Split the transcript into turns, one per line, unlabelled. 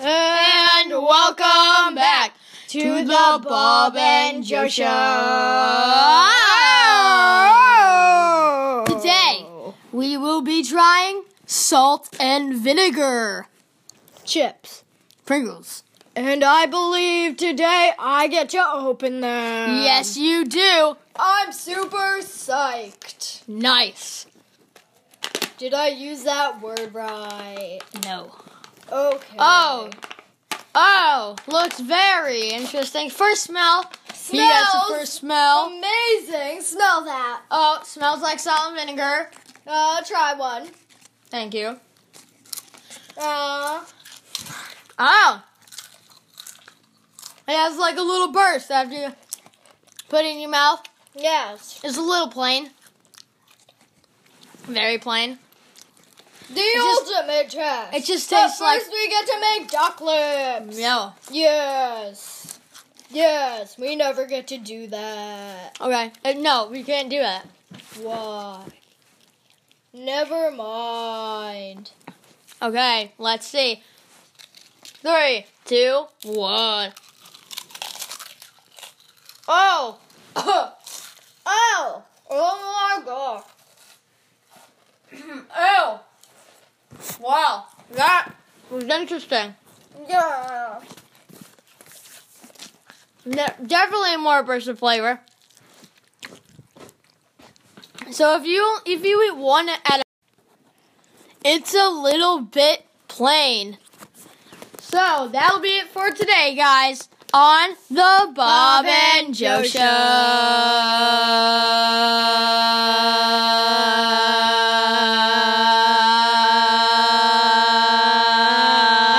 And welcome back to the Bob and Joe Show. Today, we will be trying salt and vinegar
chips.
Pringles.
And I believe today I get to open them.
yes, you do.
I'm super psyched.
Nice.
Did I use that word right?
No.
Okay.
Oh. Oh, looks very interesting. First smell. He has the
Smells
first smell.
Amazing. Smell that.
Oh, smells like salt and vinegar.
Uh, try one.
Thank you.
Uh,
Oh. It has like a little burst after you put it in your mouth.
yes.
It's a little plain. Very plain.
The
just-
ultimate test.
It just
But
tastes
first
like
we get to make duck lips.
no.
Yes. Yes. We never get to do that.
Okay. Uh, no, we can't do that.
Why? Never mind.
Okay, let's see. Three, two, one. Oh,
Oh! Oh my god.
ew. Wow, that was interesting.
Yeah.
Ne- definitely more burst of flavor. So if you if you eat one at a, it's a little bit plain. So that'll be it for today, guys. On the Bob and Joe Show.